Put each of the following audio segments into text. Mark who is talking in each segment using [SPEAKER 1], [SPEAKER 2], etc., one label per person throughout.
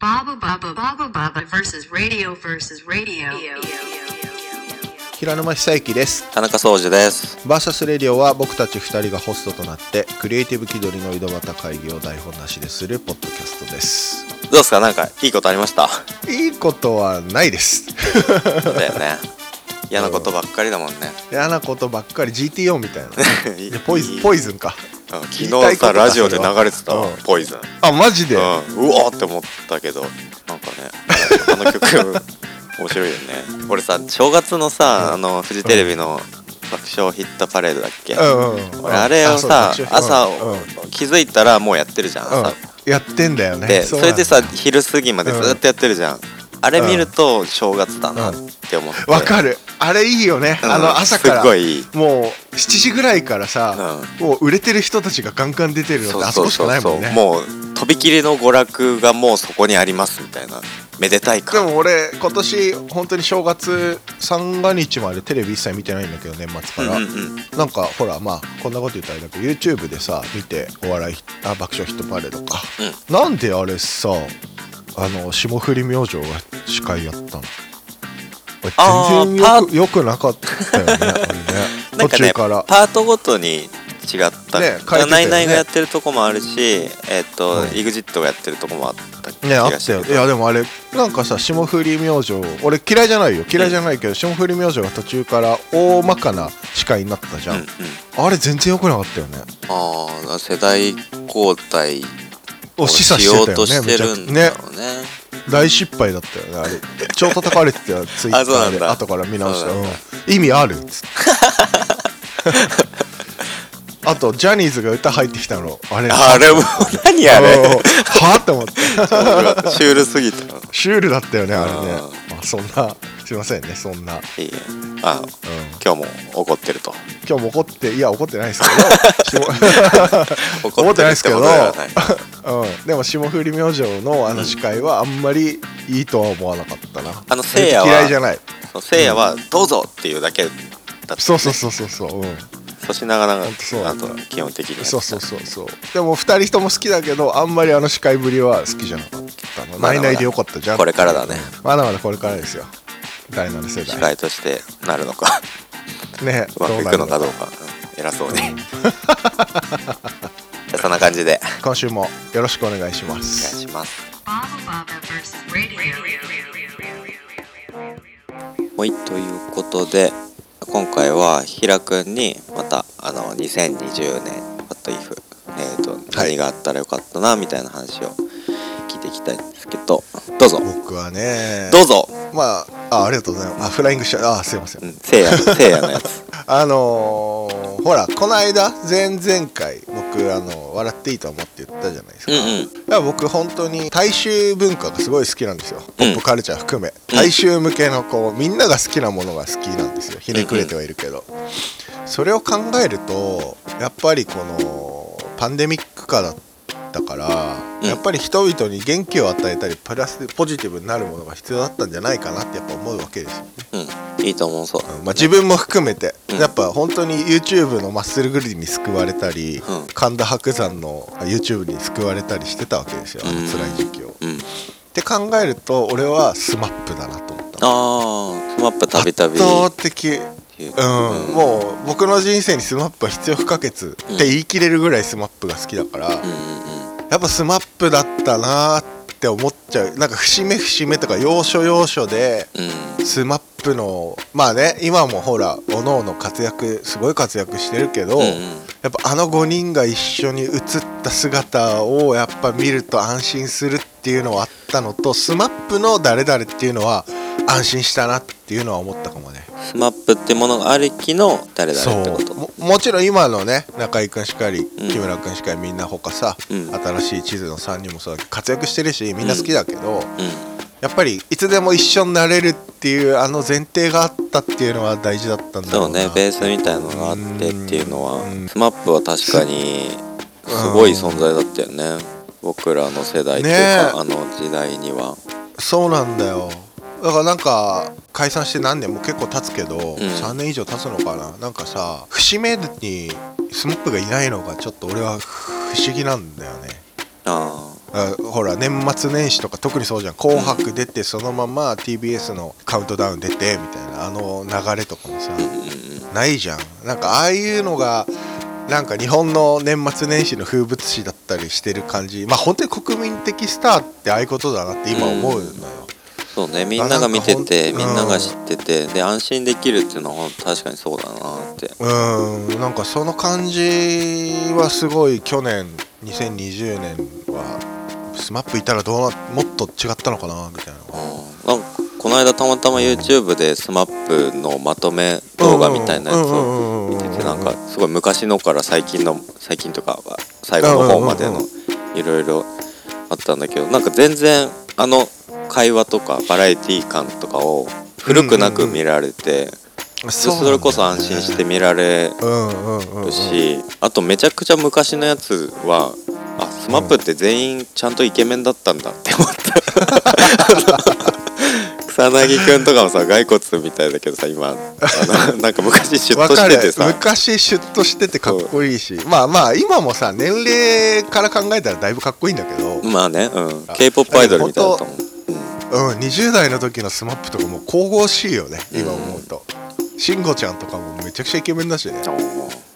[SPEAKER 1] Baba Baba Baba Baba versus radio versus radio.
[SPEAKER 2] 平沼久之です
[SPEAKER 3] 田中総司です。
[SPEAKER 2] バーサスレディオは僕たち2人がホストとなってクリエイティブ気取りの井戸端会議を台本なしでするポッドキャストです
[SPEAKER 3] どうですかなんかいいことありました
[SPEAKER 2] いいことはないです
[SPEAKER 3] そうだよね。嫌なことばっかりだもんね。
[SPEAKER 2] 嫌なことばっかり GTO み たいな
[SPEAKER 3] いい
[SPEAKER 2] でポイズンポイズンか
[SPEAKER 3] うん
[SPEAKER 2] 聞い
[SPEAKER 3] 昨
[SPEAKER 2] たいこ
[SPEAKER 3] 日
[SPEAKER 2] とだ
[SPEAKER 3] さラジオで流れてたわ
[SPEAKER 2] うん
[SPEAKER 3] ポイズン。
[SPEAKER 2] あマジで、
[SPEAKER 3] うん、うわーって思ったけどなんかねあの曲面白いよね俺さ正月のさあのフジテレビの爆笑ヒットパレードだっけ、
[SPEAKER 2] うんうんうん
[SPEAKER 3] 俺あれをさ朝
[SPEAKER 2] うんうん
[SPEAKER 3] 気づいたらもうやってるじゃん朝、
[SPEAKER 2] やってんだよね
[SPEAKER 3] で
[SPEAKER 2] う
[SPEAKER 3] そ
[SPEAKER 2] なん
[SPEAKER 3] れ
[SPEAKER 2] だ
[SPEAKER 3] でさ昼過ぎまでずっとやってるじゃん、あれ見ると正月だなって思って
[SPEAKER 2] わかるあれいいよね、
[SPEAKER 3] うん
[SPEAKER 2] あの朝から
[SPEAKER 3] すごいいい
[SPEAKER 2] もう7時ぐらいからさ、もう売れてる人たちがガンガン出てるのってあそこしかないもんね
[SPEAKER 3] もうとびきりの娯楽がもうそこにありますみたいなめでたい
[SPEAKER 2] で
[SPEAKER 3] か
[SPEAKER 2] も俺今年本当に正月三が日までテレビ一切見てないんだけど年末から、
[SPEAKER 3] うんうんうん
[SPEAKER 2] なんかほらまあこんなこと言ったらあれだけど YouTube でさ見てお笑いあ爆笑ヒットパレードか、なんであれさあの霜降り明星が司会やったの
[SPEAKER 3] あー
[SPEAKER 2] 俺全然よくよくなかったよねあれね
[SPEAKER 3] な
[SPEAKER 2] 途
[SPEAKER 3] んか
[SPEAKER 2] 中
[SPEAKER 3] ね
[SPEAKER 2] から
[SPEAKER 3] パートごとに違った、
[SPEAKER 2] ね変えてたよね
[SPEAKER 3] ナイナイがやってるとこもあるしえっ、と、
[SPEAKER 2] うん
[SPEAKER 3] EXIT がやってるとこもあった気
[SPEAKER 2] ねあ
[SPEAKER 3] が
[SPEAKER 2] っ
[SPEAKER 3] したて
[SPEAKER 2] よいやでもあれなんかさ霜降り明星俺嫌いじゃないよ嫌いじゃないけど霜降り明星が途中から大まかな司会になったじゃ
[SPEAKER 3] うん
[SPEAKER 2] ん、
[SPEAKER 3] うん、
[SPEAKER 2] あれ全然良くなかったよね
[SPEAKER 3] ああ世代交代
[SPEAKER 2] を
[SPEAKER 3] を
[SPEAKER 2] 示唆
[SPEAKER 3] し
[SPEAKER 2] し
[SPEAKER 3] よ
[SPEAKER 2] てた
[SPEAKER 3] うと
[SPEAKER 2] よ
[SPEAKER 3] し
[SPEAKER 2] ね
[SPEAKER 3] て
[SPEAKER 2] めちゃ
[SPEAKER 3] る
[SPEAKER 2] く
[SPEAKER 3] ん
[SPEAKER 2] ね
[SPEAKER 3] だろうね
[SPEAKER 2] 大失敗だったよねあれ超叩かれてたよツイッ
[SPEAKER 3] あ
[SPEAKER 2] タ
[SPEAKER 3] そうな
[SPEAKER 2] ー
[SPEAKER 3] ん
[SPEAKER 2] で
[SPEAKER 3] だ
[SPEAKER 2] 後から見直した、
[SPEAKER 3] そう
[SPEAKER 2] う
[SPEAKER 3] なんだ
[SPEAKER 2] ん意味あるっ つってあとジャニーズが歌入ってきたのあれ
[SPEAKER 3] あれもう何あ
[SPEAKER 2] うん
[SPEAKER 3] れ
[SPEAKER 2] はあって思って
[SPEAKER 3] シュールすぎた
[SPEAKER 2] シュールだったよねあれね
[SPEAKER 3] う
[SPEAKER 2] まあそんなすいませんねそんな、うん、
[SPEAKER 3] いいやあ今日も怒ってると
[SPEAKER 2] 今日も怒っていや怒ってないですけど
[SPEAKER 3] 怒
[SPEAKER 2] 思ってないですけど
[SPEAKER 3] ってことではない
[SPEAKER 2] 霜、うん、でも霜降り明星のあの司会はあんまりいいとは思わなかったな
[SPEAKER 3] あのせいやは
[SPEAKER 2] 嫌いじゃない
[SPEAKER 3] そうせいやは「どうぞ!」っていうだけだった、
[SPEAKER 2] そうそうそうそうそう、うん
[SPEAKER 3] 粗品がなん
[SPEAKER 2] ほんとそう
[SPEAKER 3] かあとは基本的に
[SPEAKER 2] そうそうそうそうでも2人とも好きだけどあんまりあの司会ぶりは好きじゃなかったの
[SPEAKER 3] まだまだ
[SPEAKER 2] ないないでよかったじゃん
[SPEAKER 3] これからだね
[SPEAKER 2] まだまだこれからですよ第7世
[SPEAKER 3] 司
[SPEAKER 2] 代
[SPEAKER 3] 会としてなるのか
[SPEAKER 2] ね
[SPEAKER 3] うまくいくのかどうかうん偉そうに じゃあそんな感じで
[SPEAKER 2] 今週もよろしくお願いしま
[SPEAKER 3] お願い
[SPEAKER 2] す
[SPEAKER 3] します
[SPEAKER 1] Baba Baba versus radio.
[SPEAKER 3] はいということで今回はひらくんにまたあの2020年 What if、えー、と
[SPEAKER 2] はい
[SPEAKER 3] 何があったらよかったなみたいな話を聞いていきたいんですけどどうぞ
[SPEAKER 2] 僕はね
[SPEAKER 3] どうぞ、
[SPEAKER 2] まああありがとうございますあフライングしちゃうあすいません
[SPEAKER 3] うん、せいやせいやのやつ
[SPEAKER 2] あのーほらこの間前々回僕あの笑っていいと思って言ったじゃないです
[SPEAKER 3] う
[SPEAKER 2] か、
[SPEAKER 3] んうん
[SPEAKER 2] いや僕本当に大衆文化がすごい好きなんですよ、ポップカルチャー含め
[SPEAKER 3] ん
[SPEAKER 2] 大衆向けのこうみんなが好きなものが好きなんですよひねくれてはいるけど、それを考えるとやっぱりこのパンデミック化だったから、
[SPEAKER 3] うん
[SPEAKER 2] やっぱり人々に元気を与えたりプラスポジティブになるものが必要だったんじゃないかなってやっぱ思うわけですよね、
[SPEAKER 3] うん、いいと思うそう。
[SPEAKER 2] うんまあ、自分も含めて、
[SPEAKER 3] うん
[SPEAKER 2] やっぱ本当に YouTube のマッスルグリーンに救われたり、
[SPEAKER 3] うん
[SPEAKER 2] 神田伯山の YouTube に救われたりしてたわけですよ、あの
[SPEAKER 3] うん
[SPEAKER 2] 辛い時期を。
[SPEAKER 3] うん。
[SPEAKER 2] って考えると俺はスマップだなと思った
[SPEAKER 3] ああ、スマップたびたび。
[SPEAKER 2] 圧倒的
[SPEAKER 3] ていう
[SPEAKER 2] うん、もう僕の人生にスマップは必要不可欠って言い切れるぐらいスマップが好きだから、
[SPEAKER 3] う
[SPEAKER 2] や
[SPEAKER 3] んうん
[SPEAKER 2] っぱスマップだったなって思っちゃうなんか節目節目とか要所要所で
[SPEAKER 3] うん。
[SPEAKER 2] スマップのまあね今もほら各々活躍すごい活躍してるけど、
[SPEAKER 3] うん。うん
[SPEAKER 2] やっぱあの5人が一緒に映った姿をやっぱ見ると安心するっていうのはあったのと SMAP の誰々っていうのは安心したなっていうのは思ったかもね
[SPEAKER 3] スマップってものがありきの誰々ってこと。
[SPEAKER 2] ももちろん今のね中居君しかり
[SPEAKER 3] ん
[SPEAKER 2] 木村君しかりみんな他さ、
[SPEAKER 3] うん
[SPEAKER 2] 新しい地図の3人もそうだけど活躍してるしみんな好きだけど、
[SPEAKER 3] うん。
[SPEAKER 2] やっぱりいつでも一緒になれるっていうあの前提があったっていうのは大事だったんだろ
[SPEAKER 3] そうう
[SPEAKER 2] な
[SPEAKER 3] ね、ベースみたいなのがあってっていうのは
[SPEAKER 2] うん、
[SPEAKER 3] スマップは確かにすごい存在だったよね。僕らの世代っていうか、あの時代には。
[SPEAKER 2] そうなんだよだからなんか解散して何年も結構経つけど、
[SPEAKER 3] ん
[SPEAKER 2] 3年以上経つのかななんかさ節目にスモップがいないのがちょっと俺は不思議なんだよね
[SPEAKER 3] ああ。
[SPEAKER 2] あほら年末年始とか特にそうじゃん「紅白」出てそのまま TBS のカウントダウン出てみたいなあの流れとかもさないじゃんなんかああいうのがなんか日本の年末年始の風物詩だったりしてる感じまあ本当に国民的スターってああいうことだなって今思うのよ、
[SPEAKER 3] そうねみんなが見てて
[SPEAKER 2] うん
[SPEAKER 3] みんなが知っててで安心できるっていうのは確かにそうだなって
[SPEAKER 2] うーんなんかその感じはすごい去年2020年はスマップいたらどうなもっと違ったのかなみたいな
[SPEAKER 3] うんなんかこの間たまたま YouTube で SMAP のまとめ動画みたいなやつ
[SPEAKER 2] うんうんうんう
[SPEAKER 3] を
[SPEAKER 2] んう
[SPEAKER 3] 見
[SPEAKER 2] ん
[SPEAKER 3] ててなんかすごい昔のから最近の最近とか最後の方まで
[SPEAKER 2] うん
[SPEAKER 3] の
[SPEAKER 2] うん
[SPEAKER 3] いろいろあったんだけどなんか全然あの会話とかバラエティ感とかを古くなく見られてで
[SPEAKER 2] うなんだよね
[SPEAKER 3] それこそ安心して見られ
[SPEAKER 2] うんうんうんうん
[SPEAKER 3] るしあとめちゃくちゃ昔のやつはあ SMAP って全員ちゃんとイケメンだったんだっ て思った草薙くんとかもさ骸骨みたいだけどさ今あのなんか昔シュッ
[SPEAKER 2] わ
[SPEAKER 3] とし
[SPEAKER 2] か
[SPEAKER 3] て
[SPEAKER 2] る
[SPEAKER 3] てさ
[SPEAKER 2] 昔シュッとしててかっこいいしまあまあ今もさ年齢から考えたらだいぶかっこいいんだけど、うん、
[SPEAKER 3] まあね、うん
[SPEAKER 2] あ、
[SPEAKER 3] k p o p アイドルみたいだったもん
[SPEAKER 2] 20代の時のスマップとかもう神々しいよね今思うと慎吾ちゃんとかもめちゃくちゃイケメンだしねず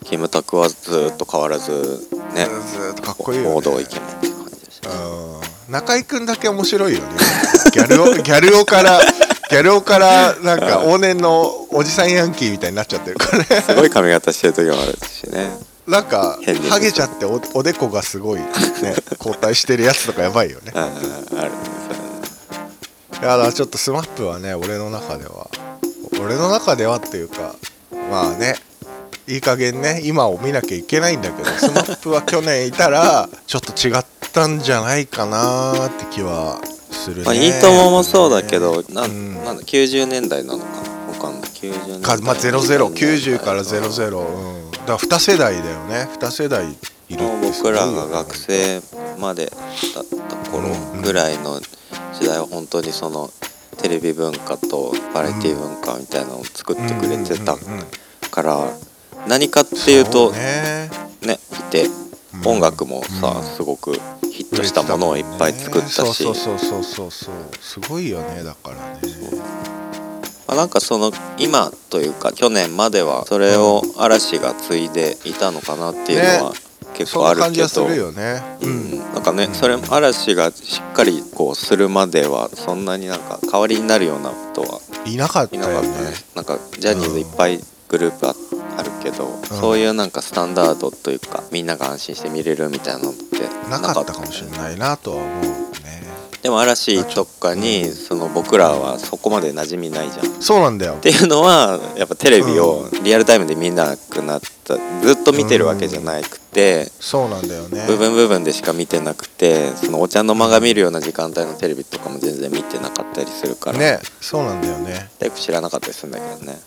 [SPEAKER 3] キムタクはずっと変わらずね
[SPEAKER 2] ーっとかっこいいよ、ね、
[SPEAKER 3] 報道イケメンって感じでした
[SPEAKER 2] うん中居君だけ面白いよねギャル男 ギャル男からギャル男からなんか往年のおじさんヤンキーみたいになっちゃってるからね
[SPEAKER 3] すごい髪型してる時もあるしね
[SPEAKER 2] なんか
[SPEAKER 3] 変です
[SPEAKER 2] ハゲちゃっておおでこがすごい ね交代してるやつとかやばいよね
[SPEAKER 3] うんうんあるねそれね
[SPEAKER 2] いやだからちょっとスマップはね俺の中では俺の中ではっていうかまあねいい加減ね今を見なきゃいけないんだ けどスマップは去年いたらちょっと違ったんじゃないかなーって気はするね。
[SPEAKER 3] まあ、いいとももそうだけど、な
[SPEAKER 2] うん
[SPEAKER 3] なんだ90年代なのかなわかんない90年代
[SPEAKER 2] かまあ0090から00、うん、だから2世代だよね2世代いる
[SPEAKER 3] もう
[SPEAKER 2] ってすごい
[SPEAKER 3] 僕
[SPEAKER 2] よ
[SPEAKER 3] ら
[SPEAKER 2] ね
[SPEAKER 3] が学生までだった頃
[SPEAKER 2] うん
[SPEAKER 3] ぐらいの時代は本当にそのテレビ文化とバラエティ文化みたいなのを作ってくれてた
[SPEAKER 2] うんうんうんうん
[SPEAKER 3] から何かっていう
[SPEAKER 2] そ
[SPEAKER 3] と
[SPEAKER 2] ね
[SPEAKER 3] ねいて
[SPEAKER 2] うん
[SPEAKER 3] 音楽も
[SPEAKER 2] う
[SPEAKER 3] さ
[SPEAKER 2] ん
[SPEAKER 3] すごくヒットしたものをいっぱい作ったし
[SPEAKER 2] そうそうそうそうそうすごいよねだからね
[SPEAKER 3] まあ、なんかその今というか去年まではそれを嵐が継いでいたのかなっていうのは
[SPEAKER 2] ね
[SPEAKER 3] 結
[SPEAKER 2] そ
[SPEAKER 3] 構あ
[SPEAKER 2] ん
[SPEAKER 3] る
[SPEAKER 2] な感
[SPEAKER 3] け
[SPEAKER 2] じはす
[SPEAKER 3] ど、
[SPEAKER 2] るよね
[SPEAKER 3] う、
[SPEAKER 2] うんん
[SPEAKER 3] なんかねそれ嵐がしっかりこうするまではそんなになんか代わりになるようなことはい
[SPEAKER 2] なかった
[SPEAKER 3] いなか
[SPEAKER 2] よ
[SPEAKER 3] った
[SPEAKER 2] ね
[SPEAKER 3] ねなんかジャニーズいっぱいグループああるけど、そういうなんかスタンダードというかみんなが安心して見れるみたいなのって
[SPEAKER 2] なかったかもしれないなとは思うね
[SPEAKER 3] でも嵐とかにその僕らはそこまで馴染みないじゃん
[SPEAKER 2] そうなんだよ
[SPEAKER 3] っていうのはやっぱテレビをリアルタイムで見なくなったずっと見てるわけじゃなくて
[SPEAKER 2] そうなんだよね
[SPEAKER 3] 部分部分でしか見てなくてそのお茶の間が見るような時間帯のテレビとかも全然見てなかったりするから
[SPEAKER 2] ねそうなんだよね
[SPEAKER 3] だいぶ知らなかったりするんだけどね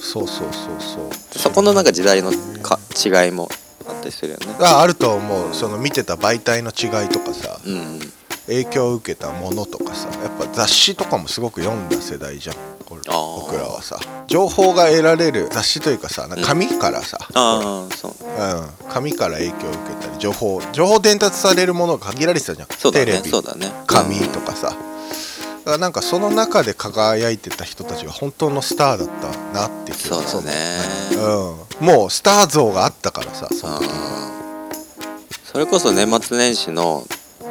[SPEAKER 2] そうそうそうそう
[SPEAKER 3] そこのなんか時代のか違いもあったりするよね
[SPEAKER 2] があると思うその見てた媒体の違いとかさ
[SPEAKER 3] うんうん
[SPEAKER 2] 影響を受けたものとかさやっぱ雑誌とかもすごく読んだ世代じゃんこれ
[SPEAKER 3] あー
[SPEAKER 2] 僕らはさ情報が得られる雑誌というかさなんか紙からさ、
[SPEAKER 3] ああそう
[SPEAKER 2] うん、紙から影響を受けたり情報情報伝達されるものが限られてたじゃん、
[SPEAKER 3] そうだ
[SPEAKER 2] テレ
[SPEAKER 3] ね
[SPEAKER 2] ビ
[SPEAKER 3] そうだね
[SPEAKER 2] 紙とかさ、だからなんかその中で輝いてた人たちが本当のスターだったなってい
[SPEAKER 3] そうだね
[SPEAKER 2] そのうん、もうスター像があったからさその時
[SPEAKER 3] あーそれこそ年末年始の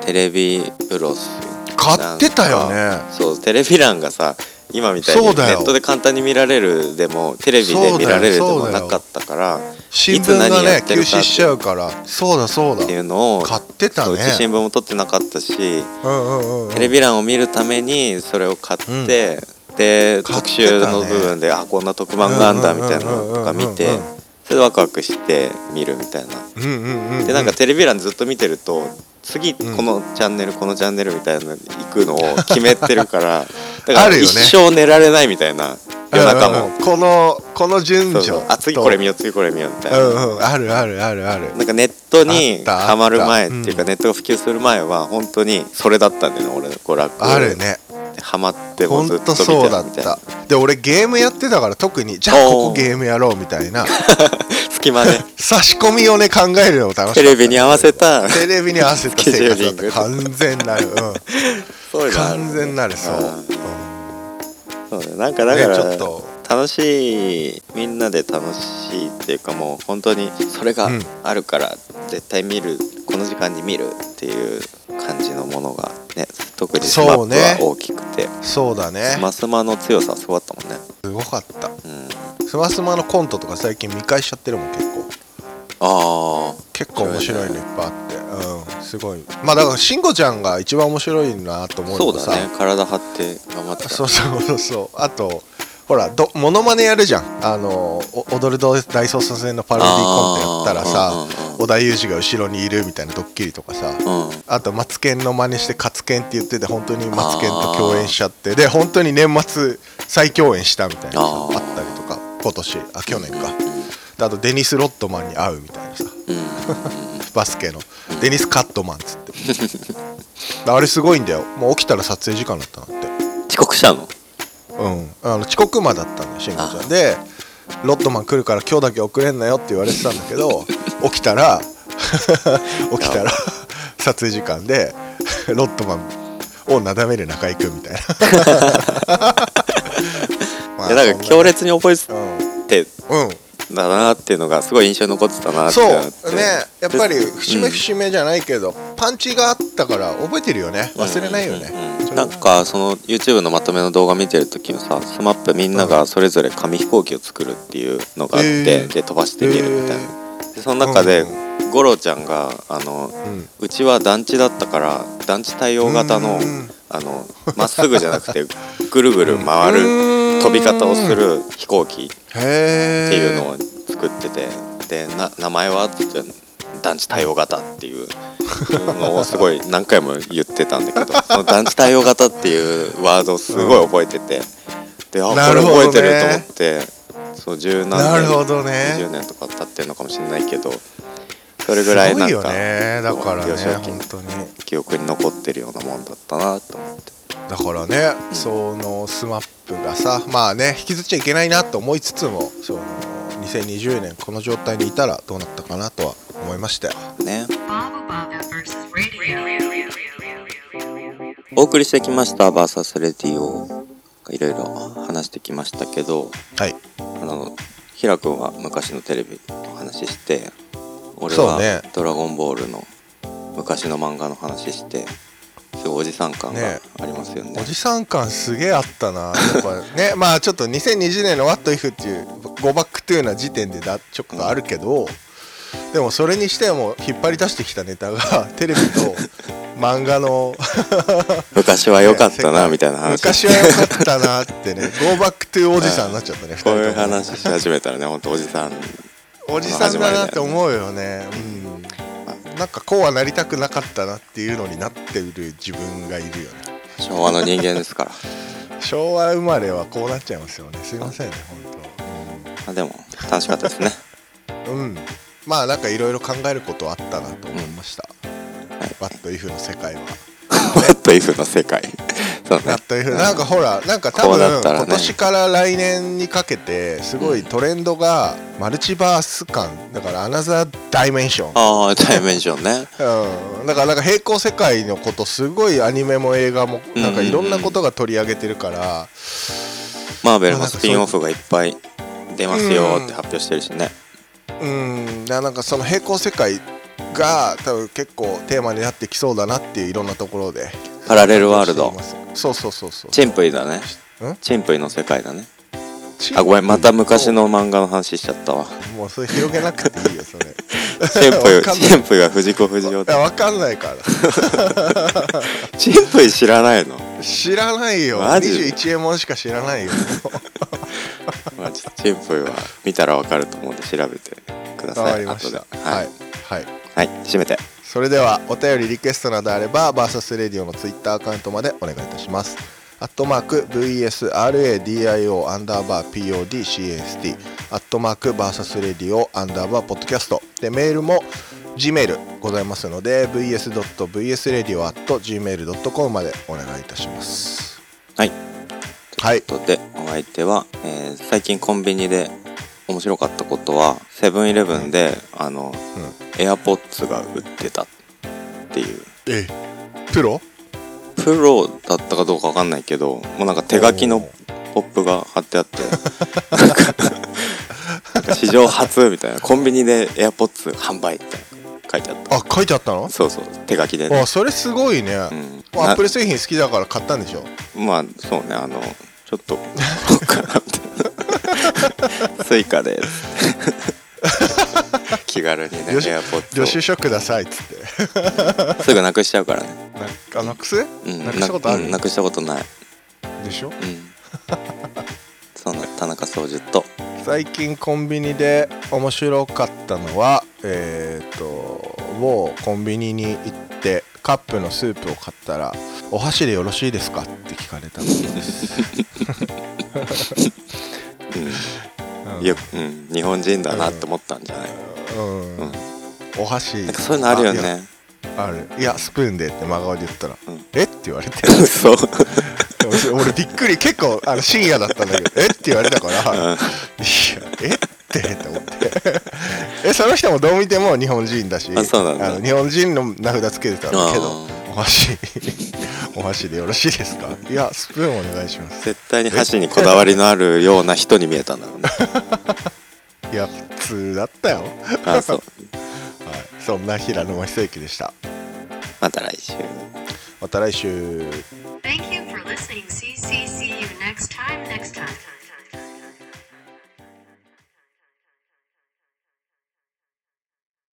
[SPEAKER 3] テレビブロス
[SPEAKER 2] 買ってたよね
[SPEAKER 3] なんかそうテレビ欄がさ今みたいにネ
[SPEAKER 2] そうだよ
[SPEAKER 3] ットで簡単に見られるでもテレビで見られるでもなかったから
[SPEAKER 2] 新聞
[SPEAKER 3] いつ
[SPEAKER 2] が
[SPEAKER 3] 何や
[SPEAKER 2] ね
[SPEAKER 3] って
[SPEAKER 2] 休
[SPEAKER 3] るか
[SPEAKER 2] 止しちゃうからそうだそうだ
[SPEAKER 3] っていうのを
[SPEAKER 2] 買ってた
[SPEAKER 3] そうう
[SPEAKER 2] ね
[SPEAKER 3] ち新聞も撮ってなかったし
[SPEAKER 2] うんうんうんうん
[SPEAKER 3] テレビ欄を見るためにそれを買って、で
[SPEAKER 2] 買ってたね
[SPEAKER 3] 特集の部分で、あこんな特番があんだ
[SPEAKER 2] うん
[SPEAKER 3] み
[SPEAKER 2] うんうん
[SPEAKER 3] たいなのとか見て
[SPEAKER 2] うんうん
[SPEAKER 3] それでワクワクして見るみたいな
[SPEAKER 2] うんうんうんうん
[SPEAKER 3] でなんかテレビ欄ずっと見てると次
[SPEAKER 2] ん
[SPEAKER 3] このチャンネルこのチャンネルみたいなのに行くのを決めてるから だか
[SPEAKER 2] あ
[SPEAKER 3] ら
[SPEAKER 2] るよね
[SPEAKER 3] 一生寝られないみたいな夜中
[SPEAKER 2] うんうん
[SPEAKER 3] も
[SPEAKER 2] うんこのこの順
[SPEAKER 3] そう
[SPEAKER 2] 序
[SPEAKER 3] そうあ次これ見よう次これ見ようみたいうな。
[SPEAKER 2] んうんあるあるあるある
[SPEAKER 3] なんかネットに
[SPEAKER 2] あったあった
[SPEAKER 3] ハマる前っていうか
[SPEAKER 2] うん
[SPEAKER 3] ネットが普及する前は本当にそれだったんだよね俺の娯楽
[SPEAKER 2] あるね
[SPEAKER 3] ハマっても
[SPEAKER 2] ほ
[SPEAKER 3] うんずっと
[SPEAKER 2] と
[SPEAKER 3] 見
[SPEAKER 2] そう
[SPEAKER 3] て
[SPEAKER 2] だっ
[SPEAKER 3] るみたいな
[SPEAKER 2] たで俺ゲームやってたから特にじゃあ
[SPEAKER 3] おー
[SPEAKER 2] ここゲームやろうみたいな
[SPEAKER 3] 好 隙間で
[SPEAKER 2] 差し込みをね考えるのも楽しい
[SPEAKER 3] テレビに合わ せた
[SPEAKER 2] テレビに合わせた生活だった完全なる、、
[SPEAKER 3] そううんいうのある
[SPEAKER 2] 完全なるそう、
[SPEAKER 3] うん
[SPEAKER 2] う
[SPEAKER 3] そうねなんかだか
[SPEAKER 2] ねち
[SPEAKER 3] ら、
[SPEAKER 2] ょっと
[SPEAKER 3] 楽しいみんなで楽しいっていうかもう本当にそれが
[SPEAKER 2] うん
[SPEAKER 3] あるから絶対見る、この時間に見るっていう感じのものがね特にスマッ
[SPEAKER 2] そう
[SPEAKER 3] プ
[SPEAKER 2] ね
[SPEAKER 3] は大きくて、
[SPEAKER 2] ん、そうだね
[SPEAKER 3] スマスマの強さはすごかったもんね、
[SPEAKER 2] すごかった
[SPEAKER 3] うん、
[SPEAKER 2] スマスマのコントとか最近見返しちゃってるもん結構
[SPEAKER 3] あ
[SPEAKER 2] 結構面白いのいっぱいあって、うん、すごいまあだから慎吾ちゃんが一番面白いなと
[SPEAKER 3] あ
[SPEAKER 2] 思う
[SPEAKER 3] そ
[SPEAKER 2] の
[SPEAKER 3] う
[SPEAKER 2] が
[SPEAKER 3] だ
[SPEAKER 2] さ
[SPEAKER 3] ね体張って頑張ってた
[SPEAKER 2] そうそうそうそうあとほらどモノマネやるじゃんあのお踊る大捜査線のパロディコントやったら
[SPEAKER 3] あ
[SPEAKER 2] さ
[SPEAKER 3] ーうんうんうん
[SPEAKER 2] 織田裕二が後ろにいるみたいなドッキリとかさ
[SPEAKER 3] うん
[SPEAKER 2] あとマツケンの真似してカツケンって言ってて本当にマツケンと共演しちゃってで本当に年末再共演したみたいなさ
[SPEAKER 3] あ
[SPEAKER 2] あ
[SPEAKER 3] ー
[SPEAKER 2] ったりとか今年あ去年かであとデニス・ロットマンに会うみたいなさ
[SPEAKER 3] うんうん
[SPEAKER 2] バスケのデニス・カットマンっつって あれすごいんだよもう起きたら撮影時間だったんだって
[SPEAKER 3] 遅刻したの
[SPEAKER 2] うん、あの遅刻魔だったんだよ慎吾ちゃ
[SPEAKER 3] あ
[SPEAKER 2] んでロットマン来るから今日だけ遅れんなよって言われてたんだけ ど起きたら 起きたら撮影時間で ロットマンをなだめる中居君 みたいなまあ
[SPEAKER 3] いやなんか強烈に覚え
[SPEAKER 2] そんな
[SPEAKER 3] て
[SPEAKER 2] うん、うん
[SPEAKER 3] たなっていうのがすごい印象に残ってたなって
[SPEAKER 2] そう
[SPEAKER 3] なって
[SPEAKER 2] ねやっぱり
[SPEAKER 3] で
[SPEAKER 2] 節目節目じゃないけど、パンチがあったから覚えてるよね忘れないよね、
[SPEAKER 3] うん
[SPEAKER 2] それ
[SPEAKER 3] なんかその YouTube のまとめの動画見てる時もさ SMAP みんながそれぞれ紙飛行機を作るっていうのがあって、
[SPEAKER 2] へー
[SPEAKER 3] で飛ばしてみるみたいな
[SPEAKER 2] へ、
[SPEAKER 3] でその中で、
[SPEAKER 2] う
[SPEAKER 3] 五郎ちゃんがあの、
[SPEAKER 2] う
[SPEAKER 3] うんちは団地だったから団地対応型の
[SPEAKER 2] うん
[SPEAKER 3] あのまっすぐじゃなくてぐるぐる回
[SPEAKER 2] う
[SPEAKER 3] る
[SPEAKER 2] ん
[SPEAKER 3] 飛び方をする飛行機
[SPEAKER 2] へえ
[SPEAKER 3] っていうのを作ってて、でな名前はって言って団地対応型っていうのをすごい何回も言ってたんだけ どその団地対応型っていうワードをすごい覚えてて、であこ
[SPEAKER 2] なる
[SPEAKER 3] れ
[SPEAKER 2] ほどね
[SPEAKER 3] 覚えてると思って、そう十何
[SPEAKER 2] なる
[SPEAKER 3] 年
[SPEAKER 2] ほどね
[SPEAKER 3] 20年とか経ってるのかもしれないけどそれぐらいなん
[SPEAKER 2] すごいよ
[SPEAKER 3] か、
[SPEAKER 2] ねだからね
[SPEAKER 3] 幼少期
[SPEAKER 2] 本当に
[SPEAKER 3] 記憶に残ってるようなもんだったなと思って。
[SPEAKER 2] だからね、そのスマップがさまあね引きずっちゃいけないなと思いつつもその2020年この状態にいたらどうなったかなとは思いましたよ
[SPEAKER 3] ね
[SPEAKER 1] Baba Baba versus radio.
[SPEAKER 3] お送りしてきました「VS レディオ」いろいろ話してきましたけど
[SPEAKER 2] はい
[SPEAKER 3] あのひらくんは昔のテレビの話して俺
[SPEAKER 2] そう
[SPEAKER 3] は
[SPEAKER 2] ね
[SPEAKER 3] 「ドラゴンボール」の昔の漫画の話してすごいおじさん感が
[SPEAKER 2] ね
[SPEAKER 3] ありますよね
[SPEAKER 2] おじさん感すげえあったなやっぱ ねまあちょっと2020年の「WhatIf」っていう5バックというような時点でだちょっとあるけど、でもそれにしても引っ張り出してきたネタ がテレビと漫画の
[SPEAKER 3] 昔は良かったなみたいな話
[SPEAKER 2] 昔は良かったなって ねゴーバックトゥーおじさんになっちゃったね2人
[SPEAKER 3] ことう
[SPEAKER 2] も
[SPEAKER 3] いう話し始めたらねほんとおじさん
[SPEAKER 2] おじさんだなって思うよねうんなんかこうはなりたくなかったなっていうのになっている自分がいるよね
[SPEAKER 3] 昭和の人間ですから
[SPEAKER 2] 昭和生まれはこうなっちゃいますよねすいませんね本
[SPEAKER 3] あでも楽しかったですね
[SPEAKER 2] 当うんまあなんかいろいろ考えることはあったなと思いました、バッドイフの世界は
[SPEAKER 3] 「ワットイフの世界そう
[SPEAKER 2] バ
[SPEAKER 3] ね
[SPEAKER 2] ッドイフなんかほらなんか多
[SPEAKER 3] こう
[SPEAKER 2] 分、
[SPEAKER 3] なったらね
[SPEAKER 2] 今年から来年にかけてすごいトレンドがマルチバース感だからアナザーダイメンション
[SPEAKER 3] ああダイメンションね
[SPEAKER 2] うん、だからなんか平行世界のことすごいアニメも映画も
[SPEAKER 3] うん
[SPEAKER 2] なんかいろんなことが取り上げてるから、
[SPEAKER 3] マーベルもスピンオフがいっぱい出ますよ
[SPEAKER 2] うん
[SPEAKER 3] って発表してるしね
[SPEAKER 2] うんななんかその平行世界が多分結構テーマになってきそうだなっていういろんなところで
[SPEAKER 3] パラレルワールド
[SPEAKER 2] そうそうそうそう
[SPEAKER 3] チンプイだね
[SPEAKER 2] ん
[SPEAKER 3] チンプイの世界だね
[SPEAKER 2] チン
[SPEAKER 3] あごめんまた昔の漫画の話しち ゃったわ
[SPEAKER 2] もうそれ広げなくていいよそ れ
[SPEAKER 3] チンプ
[SPEAKER 2] わ
[SPEAKER 3] イ
[SPEAKER 2] かんない
[SPEAKER 3] チンプイは藤子不二雄
[SPEAKER 2] いやわかんないから
[SPEAKER 3] チンプイ知らないの
[SPEAKER 2] 知らないよ
[SPEAKER 3] マジ
[SPEAKER 2] 21円もんしか知ら ないよ
[SPEAKER 3] まあちょっとチンプイは見たらわかると思うんで調べてくだ
[SPEAKER 2] わ
[SPEAKER 3] さ
[SPEAKER 2] か
[SPEAKER 3] い
[SPEAKER 2] りました
[SPEAKER 3] 後では
[SPEAKER 2] はいい、はい
[SPEAKER 3] はい、閉めて
[SPEAKER 2] それではお便りリクエストなどあれば VS レディオのツイッターアカウントまでお願いいたしますアットマーク VSRADIO アンダーバー PODCAST アットマーク VS レディオアンダーバーポッドキャストでメールも Gmail ございますので vs.vsradio.gmail.com までお願いいたします
[SPEAKER 3] はい
[SPEAKER 2] はい
[SPEAKER 3] ということでお相手は、えー最近コンビニで面白かったことはセブンイレブンであの、エアポッツが売ってたっていう
[SPEAKER 2] えプロ
[SPEAKER 3] プロだったかどうかわかんないけどもうなんか手書きのポップが貼ってあってなんかなんか史上初みたいなコンビニでエアポッツ販売って書いてあった
[SPEAKER 2] あ書いてあったの
[SPEAKER 3] そうそう手書きで、ね
[SPEAKER 2] あ、それすごいね、
[SPEAKER 3] ん
[SPEAKER 2] アップル製品好きだから買ったんでしょ
[SPEAKER 3] まあそうねあのちょっとこっからみたいなスイカです気軽にね
[SPEAKER 2] 領収
[SPEAKER 3] エアポッツ
[SPEAKER 2] 領収
[SPEAKER 3] を
[SPEAKER 2] 書くださいっつって
[SPEAKER 3] すぐなくしちゃうからね、
[SPEAKER 2] なあなくす、
[SPEAKER 3] うん、
[SPEAKER 2] なくしたことある、
[SPEAKER 3] うんなくしたことない
[SPEAKER 2] でしょ
[SPEAKER 3] うんそんな田中総司と
[SPEAKER 2] 最近コンビニで面白かったのはえっ、と某コンビニに行ってカップのスープを買ったら「お箸でよろしいですか?」って聞かれたこ とです、
[SPEAKER 3] いや、うん、日本人だなって思ったんじゃない、
[SPEAKER 2] うん
[SPEAKER 3] うん
[SPEAKER 2] お箸
[SPEAKER 3] なんかそういうのあるよね
[SPEAKER 2] いやあるいやスプーンでって真顔で言ったら「
[SPEAKER 3] ん
[SPEAKER 2] えっ?」て言われて
[SPEAKER 3] そう
[SPEAKER 2] 俺俺びっくり結構あの深夜だったんだけど「えっ?」て言われたから「いやえっ?」てって思ってえその人もどう見ても日本人だし
[SPEAKER 3] あそうなんだ
[SPEAKER 2] あの日本人の名札つけてたんだけど「
[SPEAKER 3] あ
[SPEAKER 2] お箸 お箸でよろしいですか?」いやスプーンお願いします
[SPEAKER 3] 絶対に箸にこだわりのあるような人に見えたんだ ろうね
[SPEAKER 2] いや普通だったよ、
[SPEAKER 3] あそう
[SPEAKER 2] はい、そんな平沼久之でした
[SPEAKER 3] また来週
[SPEAKER 2] また来週
[SPEAKER 1] Thank you for listening. CCC you next time, next time.